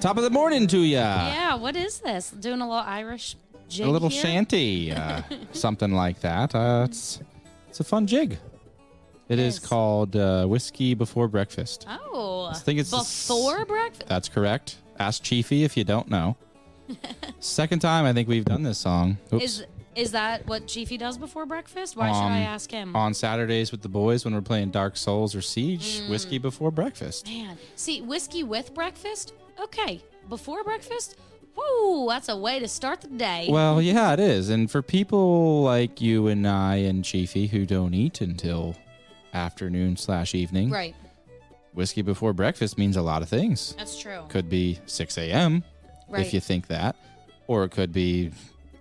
Top of the morning to you. yeah, what is this? Doing a little Irish jig a little here? shanty, uh, something like that. Uh, it's it's a fun jig. It is Yes. called uh, whiskey before breakfast. Oh, I think it's the s- before breakfast. That's correct. Ask Chiefy if you don't know. Second time I think we've done this song. Oops. Is is that what Chiefy does before breakfast? Why should I Um, ask him? on Saturdays with the boys when we're playing Dark Souls or Siege, Mm. whiskey before breakfast. Man, see, whiskey with breakfast. Okay, before breakfast. Whoa, that's a way to start the day. Well, yeah, it is. And for people like you and I and Chiefy who don't eat until afternoon slash evening, right, whiskey before breakfast means a lot of things. that's true. Could be 6 a.m. Right. if you think that, or it could be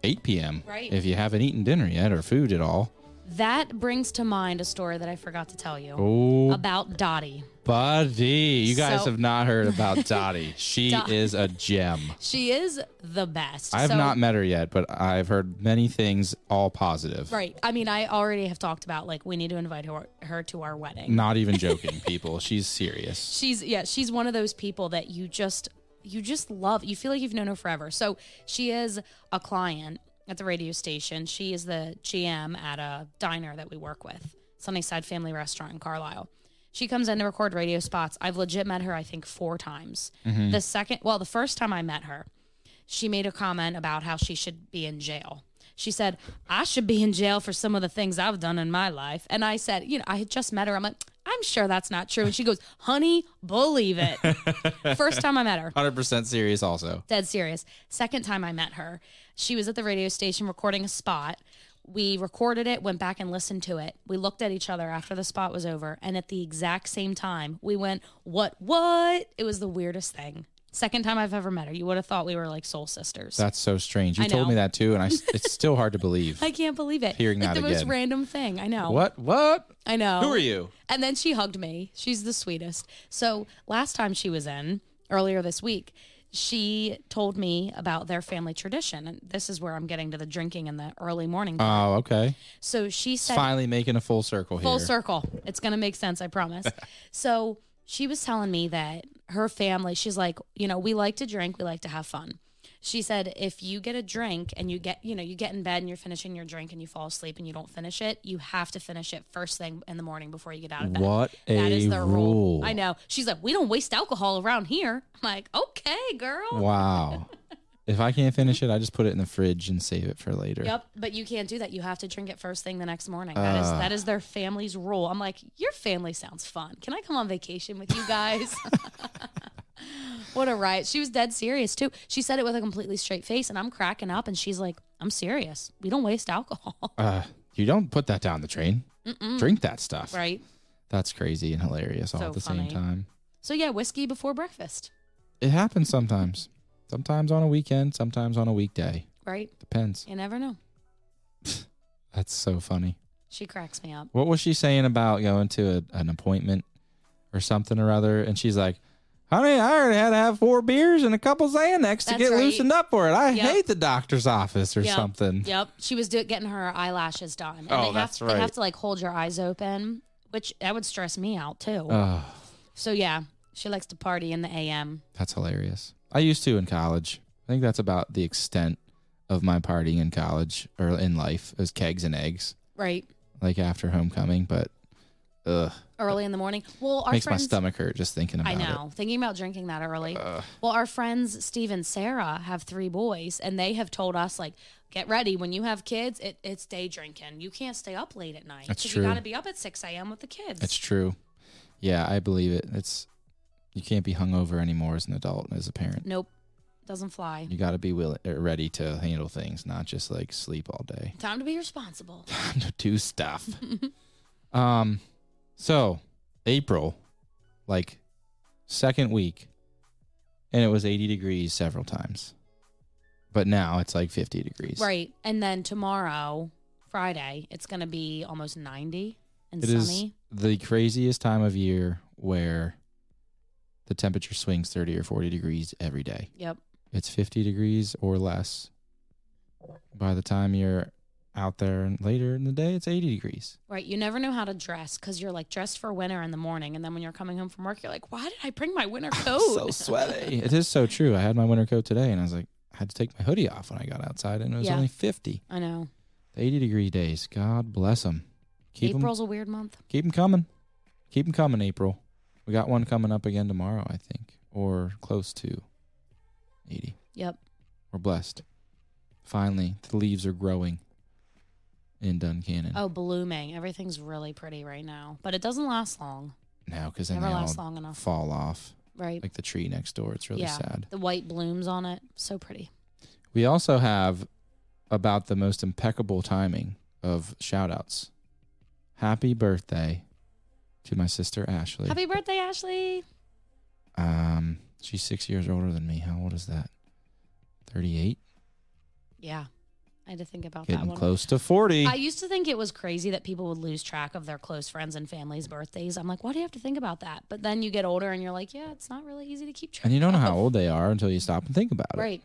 8 p.m. Right. if you haven't eaten dinner yet or food at all. That brings to mind a story that I forgot to tell you Oh, about Dottie. buddy, you guys So- have not heard about Dottie. She Dot- is a gem. She is the best. I have So- not met her yet, but I've heard many things, all positive. Right. I mean, I already have talked about like we need to invite her, her to our wedding. Not even joking, people. She's serious. She's yeah, she's one of those people that you just you just love. You feel like you've known her forever. So she is a client at the radio station. She is the GM at a diner that we work with, Sunnyside Family Restaurant in Carlisle. She comes in to record radio spots. I've legit met her, I think, four times. The second, well, the first time I met her, she made a comment about how she should be in jail. She said, I should be in jail for some of the things I've done in my life. And I said, You know, I had just met her. I'm like, I'm sure that's not true. And she goes, Honey, believe it. First time I met her, 100% serious, also. dead serious. Second time I met her, she was at the radio station recording a spot. We recorded it, went back and listened to it. We looked at each other after the spot was over. And at the exact same time, we went, What, what? It was the weirdest thing. Second time I've ever met her. You would have thought we were like soul sisters. That's so strange. You I told know. me that too, and I, it's still hard to believe. I can't believe it. Hearing like that the most again. random thing. I know. What? What? I know. Who are you? And then she hugged me. She's the sweetest. So last time she was in, earlier this week, she told me about their family tradition. And this is where I'm getting to the drinking in the early morning. Oh, okay. so she It's said finally making a full circle here. full circle. It's going to make sense, I promise. so she was telling me that her family, she's like, you know, we like to drink, we like to have fun. She said, if you get a drink and you get, you know, you get in bed and you're finishing your drink and you fall asleep and you don't finish it, you have to finish it first thing in the morning before you get out of bed. What That a is their rule. rule. I know. She's like, we don't waste alcohol around here. I'm like, okay, girl. Wow. if I can't finish it, I just put it in the fridge and save it for later. Yep, but you can't do that. You have to drink it first thing the next morning. That is that is their family's rule. I'm like, your family sounds fun. Can I come on vacation with you guys? what a riot. She was dead serious too. She said it with a completely straight face and I'm cracking up and she's like, I'm serious. We don't waste alcohol. Uh, you don't put that down the train. Drink that stuff. right? That's crazy and hilarious all So at the same funny. time. So yeah, whiskey before breakfast, It happens sometimes. Sometimes on a weekend, sometimes on a weekday. right? Depends. You never know. That's so funny. She cracks me up. What was she saying about going to a, an appointment or something or other? And she's like, honey, I already had to have four beers and a couple Xanax to That's get right. loosened up for it. I Yep. hate the doctor's office or Yep. something. Yep. She was do- getting her eyelashes done. And Oh, they have, that's They right. have to like hold your eyes open, which that would stress me out too. Ugh, So yeah, she likes to party in the AM. that's hilarious. I used to in college. I think that's about the extent of my partying in college or in life. It was kegs and eggs, Right. like after homecoming, but ugh, Early in the morning. Well, our makes friends my stomach Uh. hurt just thinking about I it. know. Thinking about drinking that early. well, our friends Steve and Sarah have three boys and they have told us like get ready when you have kids, it, it's day drinking. You can't stay up late at night. That's 'cause true. You got to be up at 6 a.m. with the kids. It's true. Yeah, I believe it. It's you can't be hungover anymore as an adult and as a parent. nope. Doesn't fly. You got to be willing, er, ready to handle things, not just like sleep all day. Time to be responsible. Time to do stuff. um, so April, like second week, and it was eighty degrees several times, but now it's like fifty degrees. Right. And then tomorrow, Friday, it's going to be almost 90 and It sunny. is the craziest time of year where the temperature swings thirty or forty degrees every day. Yep. it's 50 degrees or less by the time you're out there and later in the day it's 80 degrees. Right. You never know how to dress because you're like dressed for winter in the morning. And then when you're coming home from work, you're like, why did I bring my winter coat? so sweaty. it is so true. I had my winter coat today and I was like, I had to take my hoodie off when I got outside and it was Yeah. only 50. I know. The 80 degree days. God bless them. Keep them April's a weird month. keep 'em coming. Keep 'em coming, April. We got one coming up again tomorrow, I think, or close to 80. Yep. We're blessed. Finally, the leaves are growing in Duncannon Oh, blooming. Everything's really pretty right now, but it doesn't last long. now because then Never they lasts all long enough. fall off, Right. like the tree next door. It's really Yeah. sad. the white blooms on it. So pretty. We also have about the most impeccable timing of shout outs. Happy birthday to my sister Ashley. Happy birthday, Ashley. um, she's six years older than me. How old is that? 38? Yeah. I had to think about that Getting one. close to 40. I used to think it was crazy that people would lose track of their close friends and family's birthdays. I'm like, why do you have to think about that? But then you get older and you're like, yeah, it's not really easy to keep track. and you don't know how of. old they are until you stop and think about it. Oh. Right.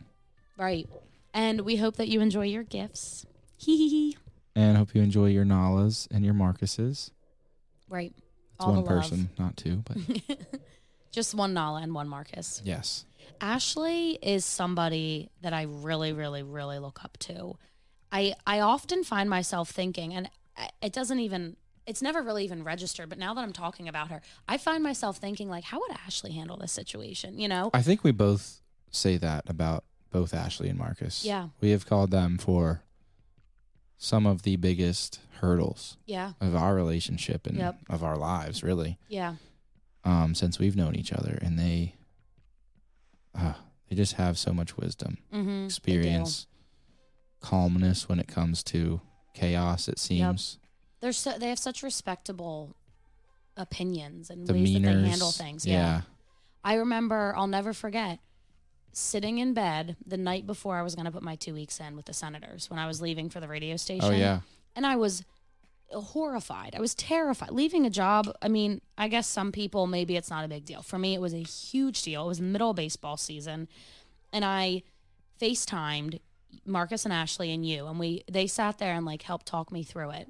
Right. And we hope that you enjoy your gifts. Hee hee hee. And hope you enjoy your Nalas and your Marcuses. Right. It's All one the love. person, not two, but Just one Nala and one Marcus. yes. Ashley is somebody that I really, really, really look up to. I I often find myself thinking, and I- it doesn't even it's never really even registered. But now that I'm talking about her, I find myself thinking like, how would Ashley handle this situation? You know? I think we both say that about both Ashley and Marcus. Yeah. We have called them for some of the biggest hurdles Yeah, of our relationship and Yep. of our lives, really, yeah, um, since we've known each other. And they, uh, they just have so much wisdom, mm-hmm. experience, calmness when it comes to chaos. It seems They're so they have such respectable opinions and ways that they handle things. yeah. I remember, I'll never forget, sitting in bed the night before I was going to put my two weeks in with the senators when I was leaving for the radio yeah. station. Oh yeah. And I was horrified. I was terrified. Leaving a job, I mean, I guess some people, maybe it's not a big deal. For me, it was a huge deal. It was the middle of baseball season. And I FaceTimed Marcus and Ashley and you, and we they sat there and like helped talk me through it.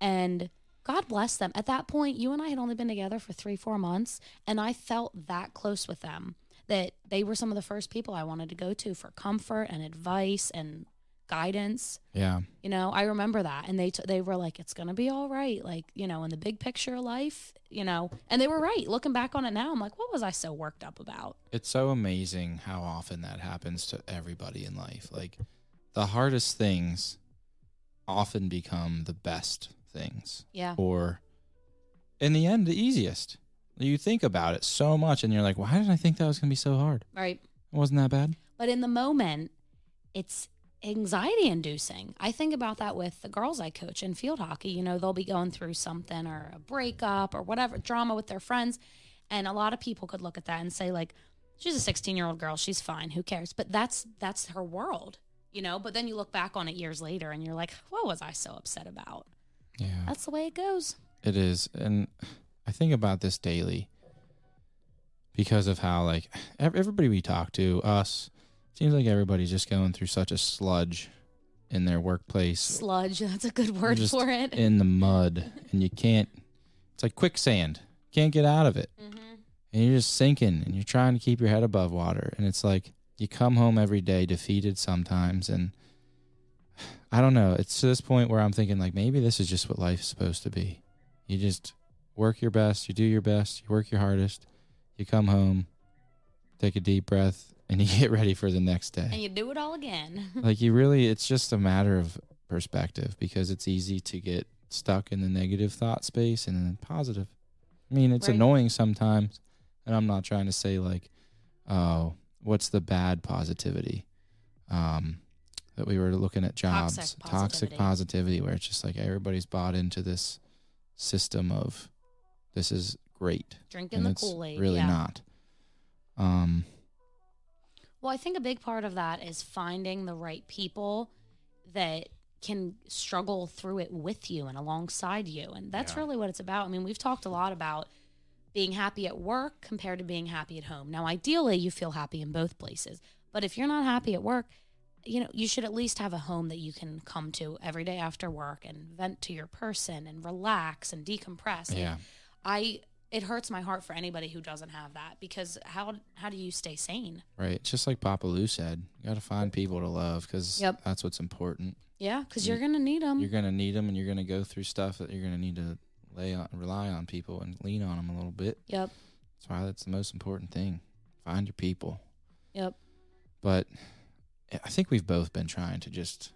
And God bless them. At that point, you and I had only been together for three, four months, and I felt that close with them that they were some of the first people I wanted to go to for comfort and advice and guidance. Yeah. You know, I remember that, and they t- they were like, "It's gonna be all right." Like, you know, in the big picture of life, you know, and they were right. Looking back on it now, I'm like, "What was I so worked up about?" It's so amazing how often that happens to everybody in life. Like the hardest things often become the best things Yeah, or in the end the easiest. You think about it so much and you're like, "Why did I think that was going to be so hard? right. It wasn't that bad." But in the moment, it's anxiety inducing. I think about that with the girls I coach in field hockey. You know, they'll be going through something or a breakup or whatever drama with their friends. And a lot of people could look at that and say, like, she's a 16 year old girl. She's fine. Who cares? But that's that's her world, you know. But then you look back on it years later and you're like, what was I so upset about? Yeah. That's the way it goes. It is. And I think about this daily because of how, like, ev- everybody we talk to, us, seems like everybody's just going through such a sludge in their workplace, Sludge. That's a good word just for it. in the mud. And you can't, it's like quicksand. Can't get out of it. Mhm. And you're just sinking and you're trying to keep your head above water. And it's like you come home every day defeated sometimes. And I don't know. It's to this point where I'm thinking, like, maybe this is just what life's supposed to be. You just work your best, you do your best, you work your hardest, you come home, take a deep breath, and you get ready for the next And day. you do it all again. Like, you really, it's just a matter of perspective because it's easy to get stuck in the negative thought space and then positive. I mean, it's Right. annoying sometimes. And I'm not trying to say, like, oh, what's the bad positivity? Um, that we were looking at jobs, Toxic toxic positivity. positivity, where it's just like everybody's bought into this system of this is great Drinking the it's Kool Aid. really yeah. not. Um, Well, I think a big part of that is finding the right people that can struggle through it with you and alongside you. And that's Yeah. really what it's about. I mean, we've talked a lot about being happy at work compared to being happy at home. Now, ideally, you feel happy in both places. But if you're not happy at work, you know, you should at least have a home that you can come to every day after work and vent to your person and relax and decompress. Yeah. I it hurts my heart for anybody who doesn't have that because how how do you stay sane? Right. It's just like Papa Lou said, you got to find people to love because Yep. Um, that's what's important. Yeah, because You- you're gonna need them. Mm. You're going to need them and you're going to go through stuff that you're going to need to lay on, rely on people and lean on them a little bit. Yep, That's why that's the most important thing. Find your people. yep. But eh, I think we've both been trying to just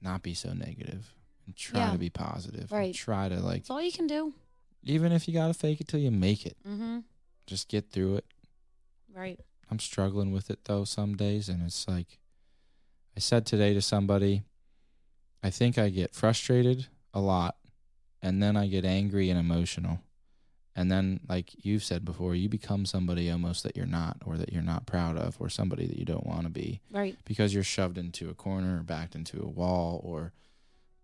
not be so negative and try Yeah. to be positive. and Right. try to like, That's all you can do. even if you got to fake it till you make it, Mm-hmm. just get through it. Right. I'm struggling with it though some days and it's like I said today to somebody I think I get frustrated a lot and then I get angry and emotional. And then like you've said before, you become somebody almost that you're not or that you're not proud of or somebody that you don't want to be Right. because you're shoved into a corner or backed into a wall or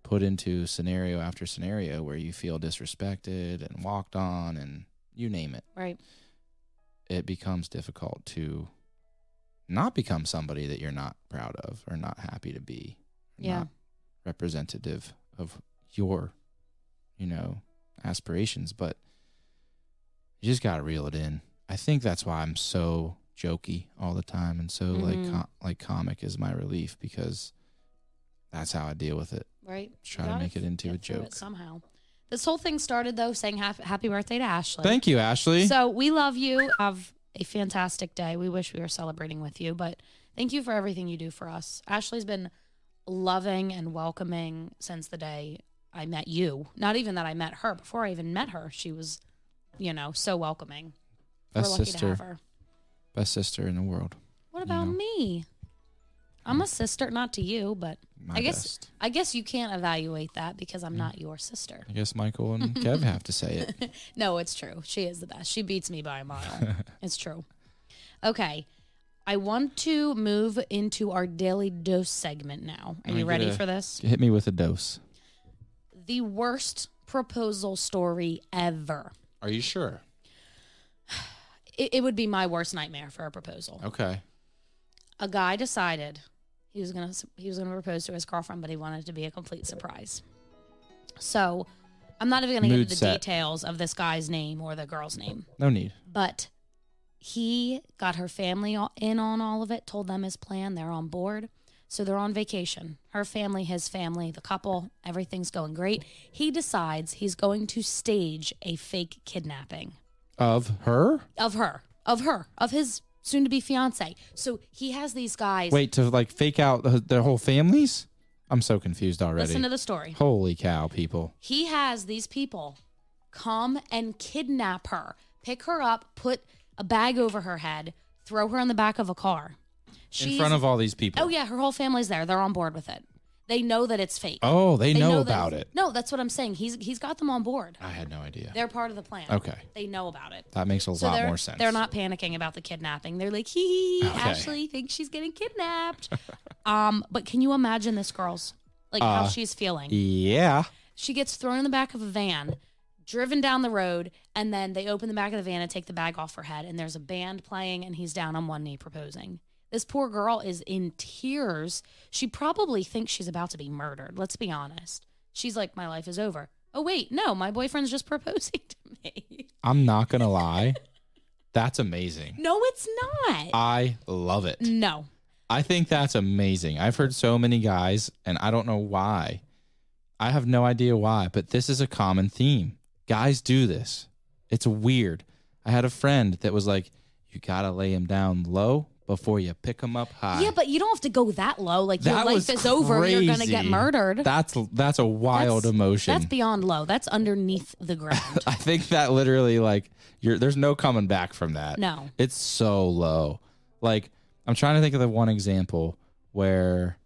put into scenario after scenario where you feel disrespected and walked on and you name it Right. it becomes difficult to not become somebody that you're not proud of or not happy to be. or Yeah. Not representative of your, you know, aspirations, but you just got to reel it in. I think that's why I'm so jokey all the time and so like Mhm. com- like comic is my relief because that's how I deal with it. Right. Try to Gotta make it into a get through it joke. somehow. This whole thing started though saying hap- happy birthday to Ashley. Thank you, Ashley. So we love you. Have a fantastic day. We wish we were celebrating with you, but thank you for everything you do for us. Ashley's been loving and welcoming since the day I met you. Not even that I met her. Before I even met her, she was, you know, so welcoming. best we're lucky to sister, have her. best sister in the world. What about know. me? I'm a sister, not to you, but My I guess best. I guess you can't evaluate that because Mm. I'm not your sister. I guess Michael and Kev have to say it. No, it's true. She is the best. She beats me by a mile. it's true. Okay. I want to move into our daily dose segment now. Are Let me you get ready a- for this? Hit me with a dose. The worst proposal story ever. Are you sure? It, it would be my worst nightmare for a proposal. Okay. A guy decided he was gonna he was gonna propose to his girlfriend, but he wanted it to be a complete surprise. So, I'm not even gonna get Mood into the set. details of this guy's name or the girl's name. No need. but he got her family all- in on all of it told them his plan they're on board so they're on vacation her family his family the couple everything's going great he decides he's going to stage a fake kidnapping Of her? of her of her of his soon to be fiance so he has these guys Wait, to like fake out the- their whole families? I'm so confused already. listen to the story Holy cow, people. he has these people come and kidnap her, pick her up, put a bag over her head, throw her in the back of a car. She's, In front of all these people. oh yeah, her whole family's there. They're on board with it. They know that it's fake. Oh, they, know, that about it's- it. No, that's what I'm saying. He's he's got them on board. I had no idea. They're part of the plan. Okay. They know about it. That makes a lot they're, more sense. They're not panicking about the kidnapping. They're like, hee hee, Okay. Ashley thinks she's getting kidnapped. um, but can you imagine this girl's like how Uh, she's feeling? Yeah. She gets thrown in the back of a van, driven down the road, and then they open the back of the van and take the bag off her head. And there's a band playing, and he's down on one knee proposing. This poor girl is in tears. She probably thinks she's about to be murdered. Let's be honest. She's like, My life is over. Oh, wait, no, my boyfriend's just proposing to me. I'm not going to lie. That's amazing. No, it's not. I love it. Uh, No. I think that's amazing. I've heard so many guys, and I don't know why. I have no idea why, but this is a common theme. Guys do this. It's weird. I had a friend that was like, "You gotta lay him down low before you pick him up high." Yeah, but you don't have to go that low. Like, That your life was is over. You're going to get crazy. murdered. That's that's a wild That's- emotion. That's beyond low. That's underneath the ground. I think that literally, like, you're there's no coming back from that. No. It's so low. Like, I'm trying to think of the one example where,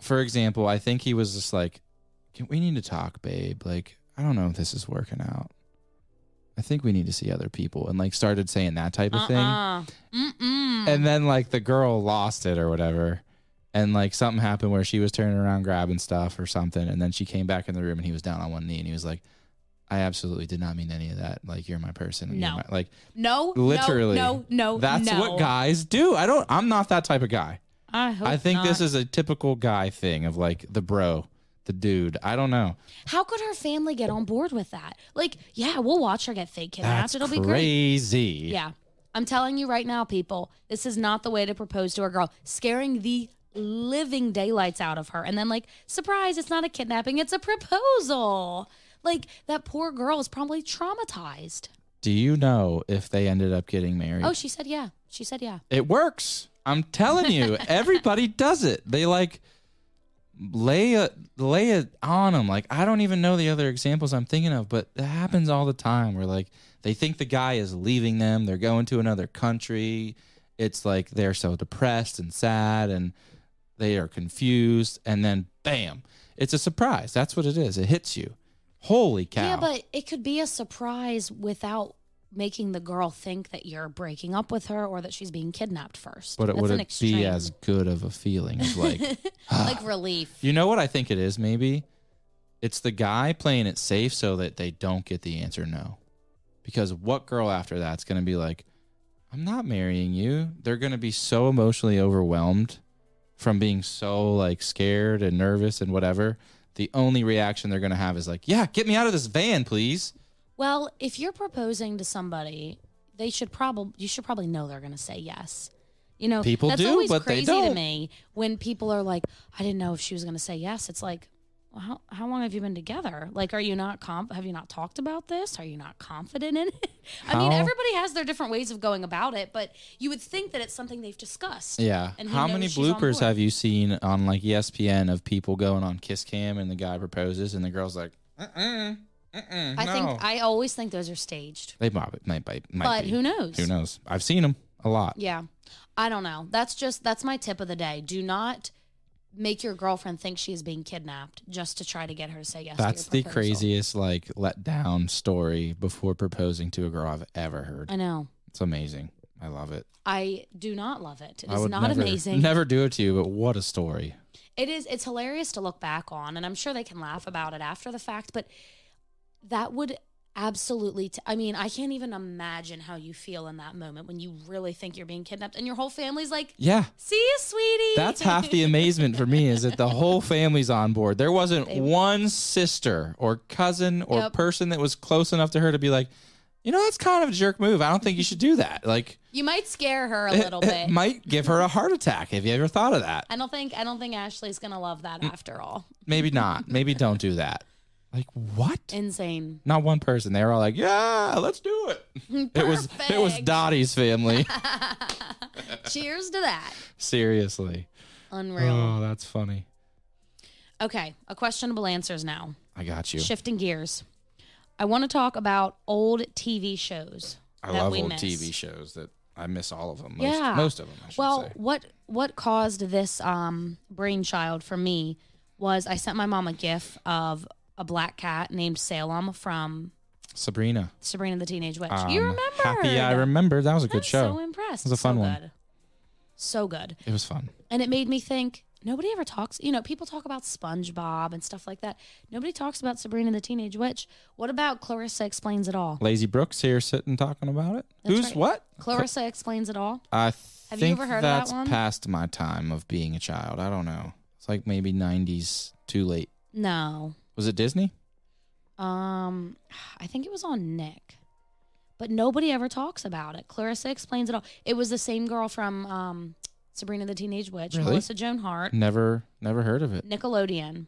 for example, I think he was just like, Can, we need to talk, babe. Like, I don't know if this is working out. I think we need to see other people. And like started saying that type of thing. Uh-uh. Mm-mm. And then like the girl lost it or whatever. And like something happened where she was turning around grabbing stuff or something. And then she came back in the room and he was down on one knee and he was like, I absolutely did not mean any of that. Like you're my person. and you're No. my-" like No, Literally. No, no, no. That's no. what guys do. I don't. I'm not that type of guy. I hope. I think this not. is a typical guy thing of like the bro, the dude. I don't know. How could her family get on board with that? Like, yeah, we'll watch her get fake kidnapped. That's It'll be great. crazy. Yeah. I'm telling you right now, people, this is not the way to propose to a girl. Scaring the living daylights out of her. And then, like, surprise, it's not a kidnapping, it's a proposal. Like, that poor girl is probably traumatized. Do you know if they ended up getting married? Oh, she said, yeah. She said, yeah. it works. I'm telling you, everybody does it. They like lay a, lay it on them. Like I don't even know the other examples I'm thinking of, but it happens all the time. Where like they think the guy is leaving them, they're going to another country. It's like they're so depressed and sad, and they are confused, and then bam, it's a surprise. That's what it is. It hits you. Holy cow! Yeah, but it could be a surprise without making the girl think that you're breaking up with her or that she's being kidnapped first. But it That's an wouldn't be extreme. as good of a feeling of like like relief. You know what I think it is, maybe? It's the guy playing it safe so that they don't get the answer no. Because what girl after that's going to be like, I'm not marrying you? They're going to be so emotionally overwhelmed from being so like scared and nervous and whatever. The only reaction they're going to have is like, yeah, get me out of this van, please. Well, if you're proposing to somebody, they should probably you should probably know they're going to say yes. You know, People that's do, always but they crazy to don't. me when people are like, "I didn't know if she was going to say yes." It's like, well, how how long have you been together? Like, are you not comp? Have you not talked about this? Are you not confident in it? I mean, How- everybody has their different ways of going about it, but you would think that it's something they've discussed. Yeah. And he How knows many she's on bloopers board. have you seen on like E ESPN of people going on Kiss Cam and the guy proposes and the girl's like, uh uh-uh, uh, I think I always think those are staged, They might, might, might, might but be. who knows? Who knows? I've seen them a lot. Yeah. I don't know. That's just that's my tip of the day. Do not make your girlfriend think she is being kidnapped just to try to get her to say yes. to your That's the proposal. craziest like let down story before proposing to a girl I've ever heard. I know. It's amazing. I love it. I do not love it. It I is not never, amazing. Never do it to you, but what a story. It is it's hilarious to look back on and I'm sure they can laugh about it after the fact, but that would absolutely t- I mean, I can't even imagine how you feel in that moment when you really think you're being kidnapped and your whole family's like, Yeah. "See you, sweetie." That's half the amazement for me is that the whole family's on board. There wasn't one sister or cousin or Yep. person that was close enough to her to be like, you know, that's kind of a jerk move. I don't think you should do that. Like, you might scare her a it- little bit. it might give her a heart attack. Have you ever thought of that? I don't think I don't think Ashley's gonna love that after all. maybe not. Maybe don't do that. Like what? Insane. Not one person. They were all like, "Yeah, let's do it." It was it was Perfect. Dottie's family. Cheers to that. Seriously. Unreal. Oh, that's funny. Okay, a questionable answers now. I got you. Shifting gears. I want to talk about old TV shows. I that love we old miss. TV shows that I miss all of them. Most, Yeah. most of them. I should Well, say. what what caused this um, brainchild for me was I sent my mom a gif of a black cat named Salem from Sabrina. Sabrina the Teenage Witch. Um, you remember? Happy I remember. That was a good I'm show. so impressed. It was a fun so one. Good. So good. it was fun. And it made me think nobody ever talks, you know, people talk about SpongeBob and stuff like that. Nobody talks about Sabrina the Teenage Witch. What about Clarissa Explains It All? Lazy Brooks here sitting talking about it. That's Who's right. what? Clarissa Explains It All? I Have you think ever heard of that that's one? past my time of being a child. I don't know. It's like maybe 90s too late. No. Was it Disney? Um, I think it was on Nick. But nobody ever talks about it. Clarissa Explains It All. It was the same girl from um, Sabrina the Teenage Witch, Really? Melissa Joan Hart, Never, never heard of it. Nickelodeon.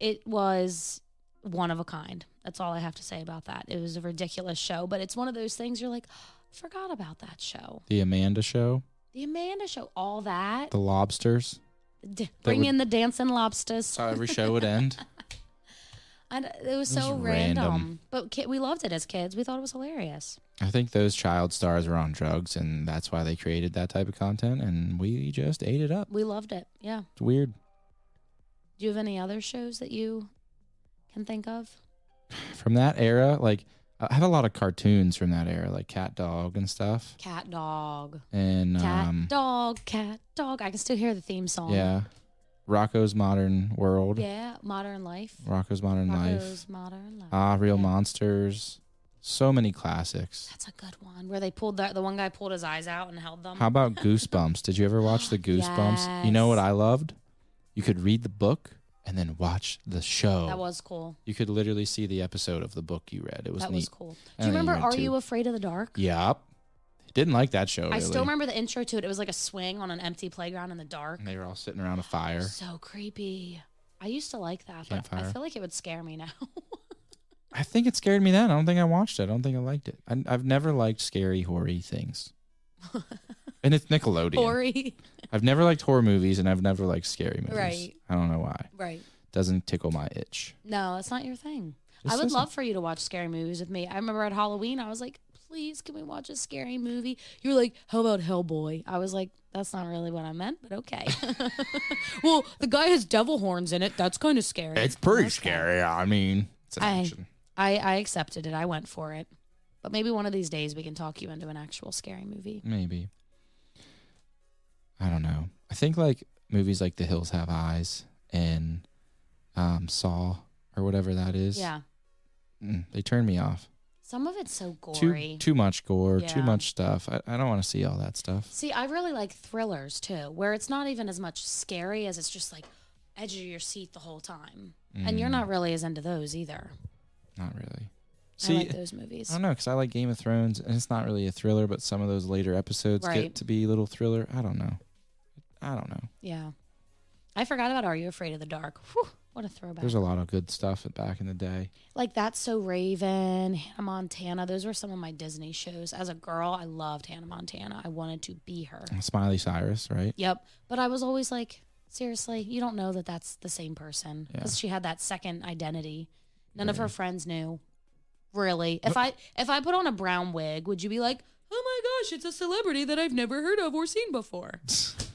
It was one of a kind. That's all I have to say about that. It was a ridiculous show, but it's one of those things you're like, I forgot about that show. The Amanda Show, The Amanda Show, all that. The Lobsters. D- bring would- in the dancing lobsters. That's how every show would end. And it was so was random. random. But ki- we loved it as kids. We thought it was hilarious. I think those child stars were on drugs, and that's why they created that type of content. And we just ate it up. We loved it. Yeah. It's weird. Do you have any other shows that you can think of? From that era, like I have a lot of cartoons from that era, like Cat Dog and stuff. Cat dog. And Cat um, dog. Cat dog. I can still hear the theme song. yeah, Rocco's Modern World, Yeah. Modern life. Rocco's Modern Life, Rocco's Modern Life. Ah, Real Yeah. Monsters, So many classics. That's a good one where they pulled the, the one guy pulled his eyes out and held them. How about Goosebumps? Did you ever watch the Goosebumps? You know what Yes. I loved? You could read the book and then watch the show. That was cool. you could literally see the episode of the book you read. Oh, It was that neat. was cool. I Do you think you remember went Are too. You Afraid of the Dark? Yep. Didn't like that show. Really. I still remember the intro to it. It was like a swing on an empty playground in the dark. And they were all sitting around a fire. So creepy. I used to like that, but I Campfire. feel like it would scare me now. I think it scared me then. I don't think I watched it. I don't think I liked it. I, I've never liked scary, hoary things. and it's Nickelodeon. Ori. I've never liked horror movies and I've never liked scary movies. Right. I don't know why. Right. Doesn't tickle my itch. No, that's not your thing. I Just would doesn't. love for you to watch scary movies with me. I remember at Halloween, I was like, please, can we watch a scary movie? You were like, how about Hellboy? I was like, that's not really what I meant, but okay. well, the guy has devil horns in it. That's kind of scary. It's pretty Okay. scary. I mean, it's an I- action. I, I accepted it. I went for it. But maybe one of these days we can talk you into an actual scary movie. Maybe. I don't know. I think like movies like The Hills Have Eyes and um, Saw or whatever that is. Yeah. mm, they turn me off. Some of it's so gory. Too too much gore, too Yeah. much stuff. I, I don't want to see all that stuff. See, I really like thrillers too, where it's not even as much scary as it's just like edge of your seat the whole time. And you're Mm, not really as into those either. not really. I See, I, like those movies. don't know because I like Game of Thrones, and it's not really a thriller, but some of those later episodes Right. get to be a little thriller. I don't know. I don't know. Yeah. I forgot about Are You Afraid of the Dark? Whew, what a throwback. There's a lot of good stuff back in the day. like That's So Raven, Hannah Montana. Those were some of my Disney shows. As a girl, I loved Hannah Montana. I wanted to be her. Smiley Cyrus, right? Yep. But I was always like, seriously, you don't know that that's the same person because she had that second identity. None of her friends knew. Really, if I if I put on a brown wig, would you be like, "Oh my gosh, it's a celebrity that I've never heard of or seen before"?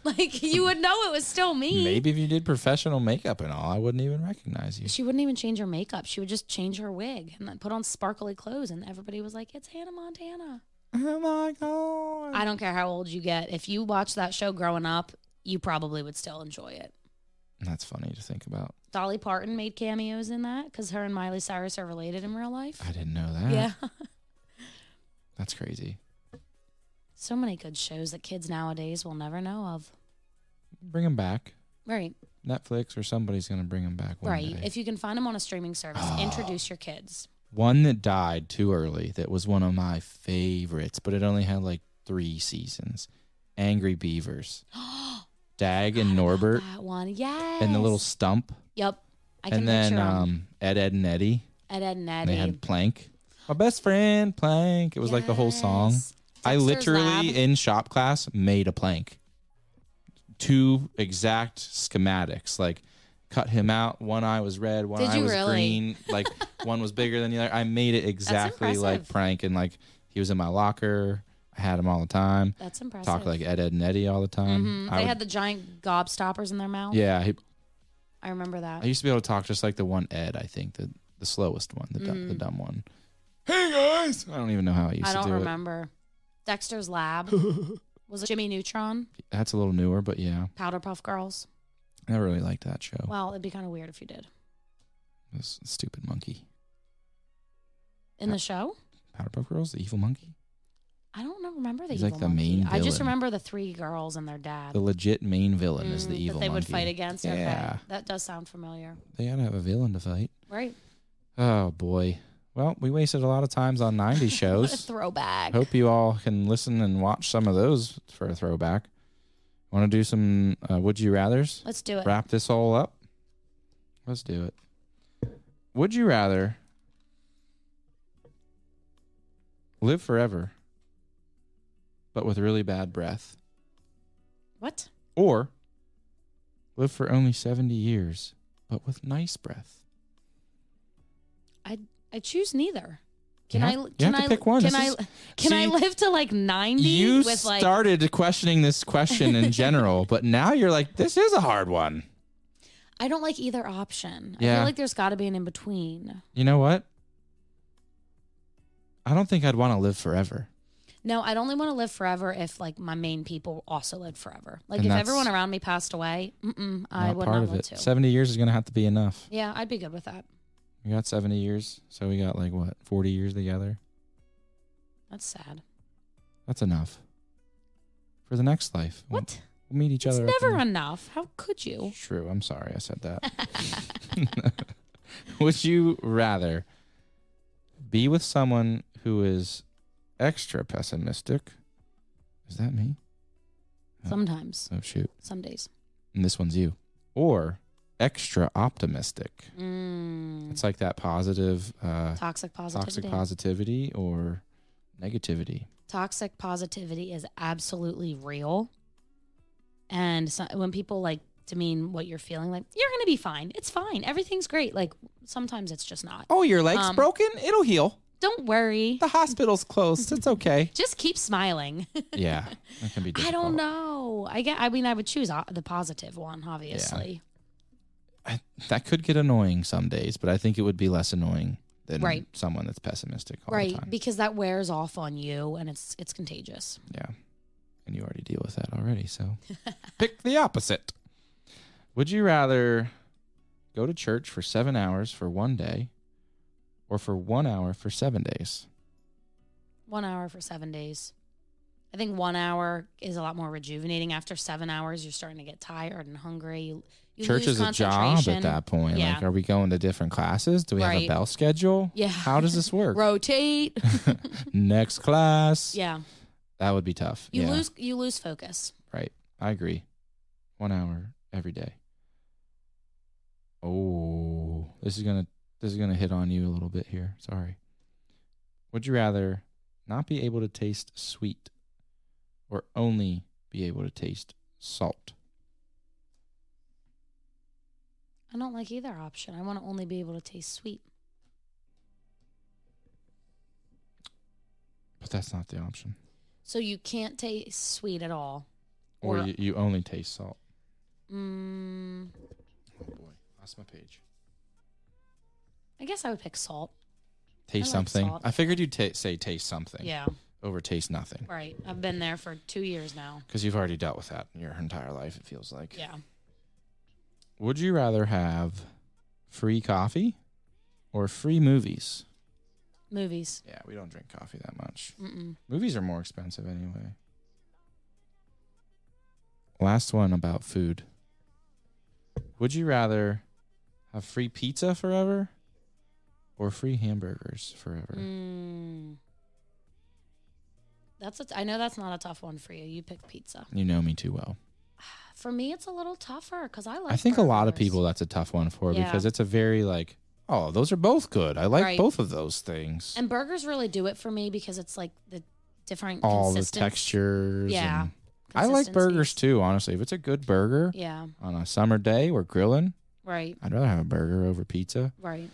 like you would know it was still me. Maybe if you did professional makeup and all, I wouldn't even recognize you. She wouldn't even change her makeup. She would just change her wig and then put on sparkly clothes, and everybody was like, "It's Hannah Montana." Oh my god! I don't care how old you get. If you watch that show growing up, you probably would still enjoy it. That's funny to think about. Dolly Parton made cameos in that because her and Miley Cyrus are related in real life. I didn't know that. Yeah. that's crazy. So many good shows that kids nowadays will never know of. Bring them back. Right. Netflix or somebody's gonna bring them back one right. day. If you can find them on a streaming service, introduce your kids. One that died too early that was one of my favorites, but it only had like three seasons. Angry Beavers. Dag and Norbert That one. Yes. Er and the little stump. Yep. I can and then picture 'em. um, Ed, Ed, and Eddie. Ed, Ed, and Eddie. And they had Plank. My best friend, Plank. It was like the whole song. Yes. I Dexter's literally, Lab. in shop class, made a plank. Two exact schematics. Like, cut him out. One eye was red. One Did eye you was really? green. Like, one was bigger than the other. I made it exactly like impressive. Prank. And, like, he was in my locker. I had him all the time. That's impressive. Talked like Ed, Ed, and Eddie all the time. Mhm. I They would- had the giant gobstoppers in their mouth. yeah. He, I remember that. I used to be able to talk just like the one Ed, I think, the, the slowest one, the, dumb, the dumb one. Hey, guys! I don't even know how I used Mm. I to don't do it. remember. Dexter's Lab. was it Jimmy Neutron? That's a little newer, but yeah. Powderpuff Girls? I really liked that show. Well, it'd be kind of weird if you did. This stupid monkey. In the show? Powderpuff Girls, the evil monkey, I don't know- remember the He's evil like the monkey. main I just villain. remember the three girls and their dad. the legit main villain, is Mm, the evil that they would monkey. fight against. Yeah, Okay. That does sound familiar. they gotta have a villain to fight. Right. Oh boy. Well, we wasted a lot of times on '90s What a shows. throwback. Hope you all can listen and watch some of those for a throwback. Want to do some uh, would you rather's? Let's do it. Wrap this all up. Let's do it. Would you rather live forever, but with really bad breath? What? Or live for only 70 years, but with nice breath. I I choose neither. Can You I? have- you can have to I? pick one. Can This I? is- can I See, live to like ninety You with like? started questioning this question in general, but now you're like, this is a hard one. I don't like either option. I Yeah. feel like there's got to be an in between. You know what? I don't think I'd want to live forever. No, I'd only want to live forever if like my main people also lived forever. Like And if that's- everyone around me passed away, mm-mm, I Not would part not of want it. to. 70 years is going to have to be enough. yeah, I'd be good with that. We got 70 years, so we got like what, 40 years together? That's sad. That's enough for the next life. We'll- What? We'll, meet each It's other. up in never the- enough. How could you? True. I'm sorry I said that. Would you rather be with someone who is extra pessimistic? Is that me? Yeah. Sometimes, Oh shoot. some days. And this one's you. Or extra optimistic. Mm. It's like that positive uh toxic toxic positivity. positivity or negativity. toxic positivity is absolutely real. And so, when people like demean what you're feeling, like you're gonna be fine, it's fine, everything's great. Like sometimes it's just not. Oh, your leg's Um, broken? It'll heal. Don't worry, The hospital's closed. It's okay. just keep smiling. yeah. That can be I difficult. don't know. I get. I mean, I would choose o- the positive one, obviously. I, that could get annoying some days, but I think it would be less annoying than Right. someone that's pessimistic all Right, the time. because that wears off on you, and it's it's contagious. yeah. And you already deal with that already, so pick the opposite. Would you rather go to church for 7 hours for 1 day or for 1 hour for 7 days? One hour for seven days. I think one hour is a lot more rejuvenating. After seven hours, you're starting to get tired and hungry. You, you church is lose a job at concentration. that point. Yeah. Like are we going to different classes? Do we have a Right. bell schedule? Yeah. How does this work? Rotate. Next class. yeah. That would be tough. You yeah. lose you lose focus. Right. I agree. One hour every day. Oh, this is gonna this is gonna hit on you a little bit here. Sorry. Would you rather not be able to taste sweet, or only be able to taste salt? I don't like either option. I want to only be able to taste sweet. But that's not the option. So you can't taste sweet at all. Or Or- you, you only taste salt. Mm, Oh boy, lost my page. I guess I would pick salt. Taste like something. salt. I figured you'd ta say taste something Yeah. over taste nothing Right. I've been there for two years now. because you've already dealt with that your entire life. It feels like. Yeah. Would you rather have free coffee or free movies? Movies. Yeah, we don't drink coffee that much. Mm-mm. Movies are more expensive anyway. Last one about food. Would you rather have free pizza forever or free hamburgers forever? Mm. That's a t- I know that's not a tough one for you. You pick pizza. You know me too well. For me, it's a little tougher because I like. I think a lot of burgers. people that's a tough one for Yeah. because it's a very like, oh, those are both good. I like Right. both of those things. And burgers really do it for me because it's like the different All the consistence- textures. Yeah. and- I like burgers consistencies. too, honestly. If it's a good burger Yeah. on a summer day, we're grilling. Right. I'd rather have a burger over pizza. Right.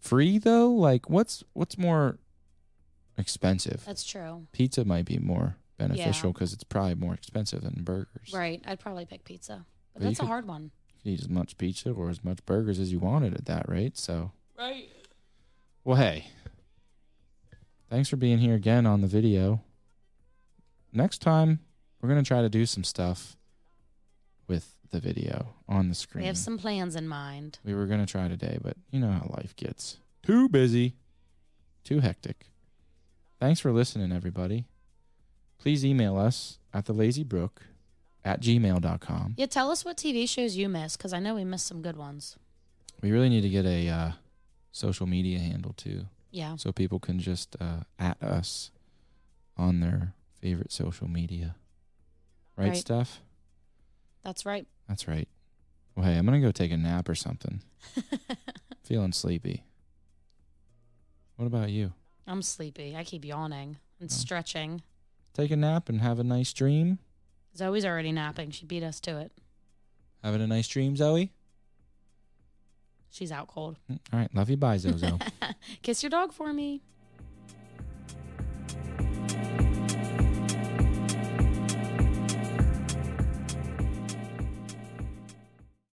Free though, like what's what's more expensive? That's true. Pizza might be more beneficial because it's probably more expensive than burgers. Right. I'd probably pick pizza, but But you that's a could- hard one. You can eat as much pizza or as much burgers as you wanted at that rate. So, Right. well, hey, thanks for being here again on the video. Next time, we're gonna try to do some stuff with the video on the screen. We have some plans in mind. We were going to try today, but you know how life gets. Too busy. Too hectic. Thanks for listening, everybody. Please email us at thelazybrook at gmail.com. Yeah. Tell us what TV shows you miss because I know we missed some good ones. We really need to get a uh, social media handle too, Yeah. so people can just uh, at us on their favorite social media. Right, Right. Steph? That's right. That's right. Well, hey, I'm going to go take a nap or something. Feeling sleepy. What about you? I'm sleepy. I keep yawning and Oh. stretching. take a nap and have a nice dream. Zoe's already napping. She beat us to it. Having a nice dream, Zoe. She's out cold. Mm, All right. Love you. Bye, Zozo. Kiss your dog for me.